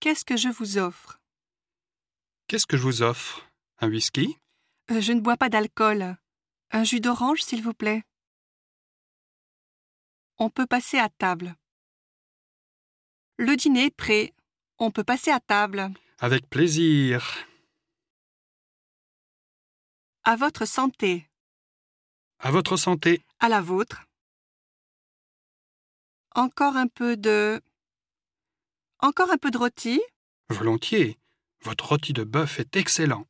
Qu'est-ce que je vous offre Qu'est-ce que je vous offre Un whisky Euh, Je ne bois pas d'alcool. Un jus d'orange, s'il vous plaît. On peut passer à table. Le dîner est prêt. On peut passer à table. Avec plaisir. À votre santé. À votre santé. À la vôtre. Encore un peu de. Encore un peu de rôti Volontiers. Votre rôti de bœuf est excellent.